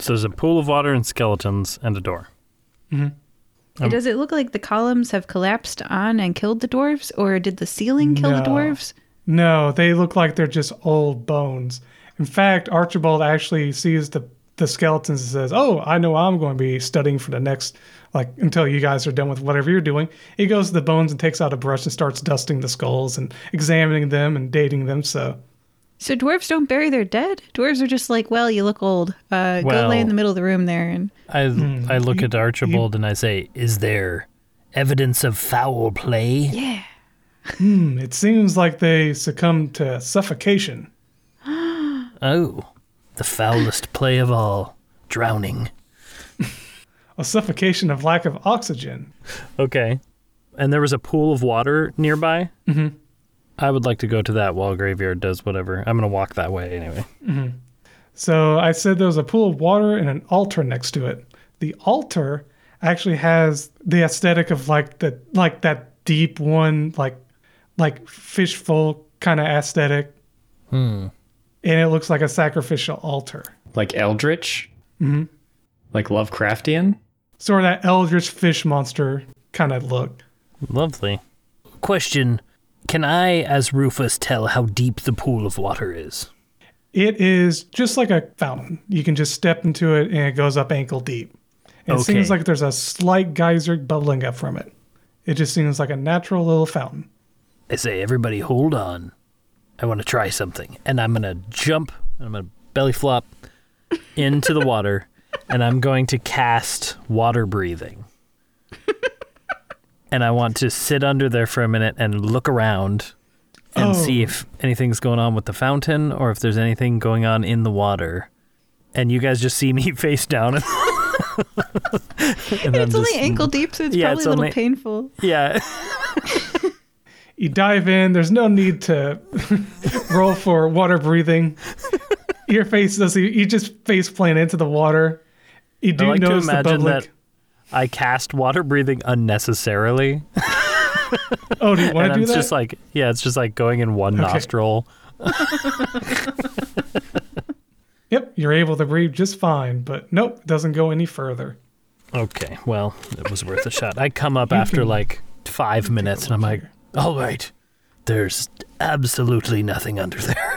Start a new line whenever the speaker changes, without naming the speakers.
So there's a pool of water and skeletons and a door. Um,
Does it look like the columns have collapsed on and killed the dwarves, or did the ceiling kill the
No.
dwarves?
No, they look like they're just old bones. In fact, Archibald actually sees the the skeletons and says, "Oh, I know I'm going to be studying for the next like until you guys are done with whatever you're doing." He goes to the bones and takes out a brush and starts dusting the skulls and examining them and dating them. So
So dwarves don't bury their dead. Dwarves are just like, well, you look old. Uh, go lay
Well-
in the middle of the room there, and
I I look at Archibald and I say, "Is there evidence of foul play?"
yeah.
hmm, it seems like they succumbed to suffocation.
Oh, the foulest play of all, drowning.
A suffocation of lack of oxygen.
Okay. And there was a pool of water nearby. Mm-hmm. I would like to go to that while Graveyard does whatever. I'm gonna walk that way anyway.
So I said there was a pool of water and an altar next to it. The altar actually has the aesthetic of like the like that deep one like like fishful kind of aesthetic. And it looks like a sacrificial altar.
Like Eldritch? Mm-hmm. Like Lovecraftian?
Sort of that eldritch fish monster kind of look.
Lovely. Question: Can I, as Rufus, tell how deep the pool of water is?
It is just like a fountain. You can just step into it and it goes up ankle deep. And
Okay.
It seems like there's a slight geyser bubbling up from it. It just seems like a natural little fountain.
I say, everybody, hold on. I want to try something. And I'm going to jump, and I'm going to belly flop into the water, and I'm going to cast water breathing. and I want to sit under there for a minute and look around and
Oh.
see if anything's going on with the fountain or if there's anything going on in the water. And you guys just see me face down. And, and
And
I'm
it's only
just-
ankle deep, so it's
Yeah,
probably
it's
a little
only-
painful.
Yeah.
you dive in. There's no need to roll for water breathing. Your face does. You you just face plant into the water. You do
I like to
notice the
imagine
bubbling.
that I cast water breathing unnecessarily.
oh, do you want
and
to do
it's
that?
just like yeah, it's just like going in one nostril.
yep, you're able to breathe just fine. But nope, it doesn't go any further.
Okay, well, it was worth a shot. I come up after like five minutes, and I'm like, all right, there's absolutely nothing under there.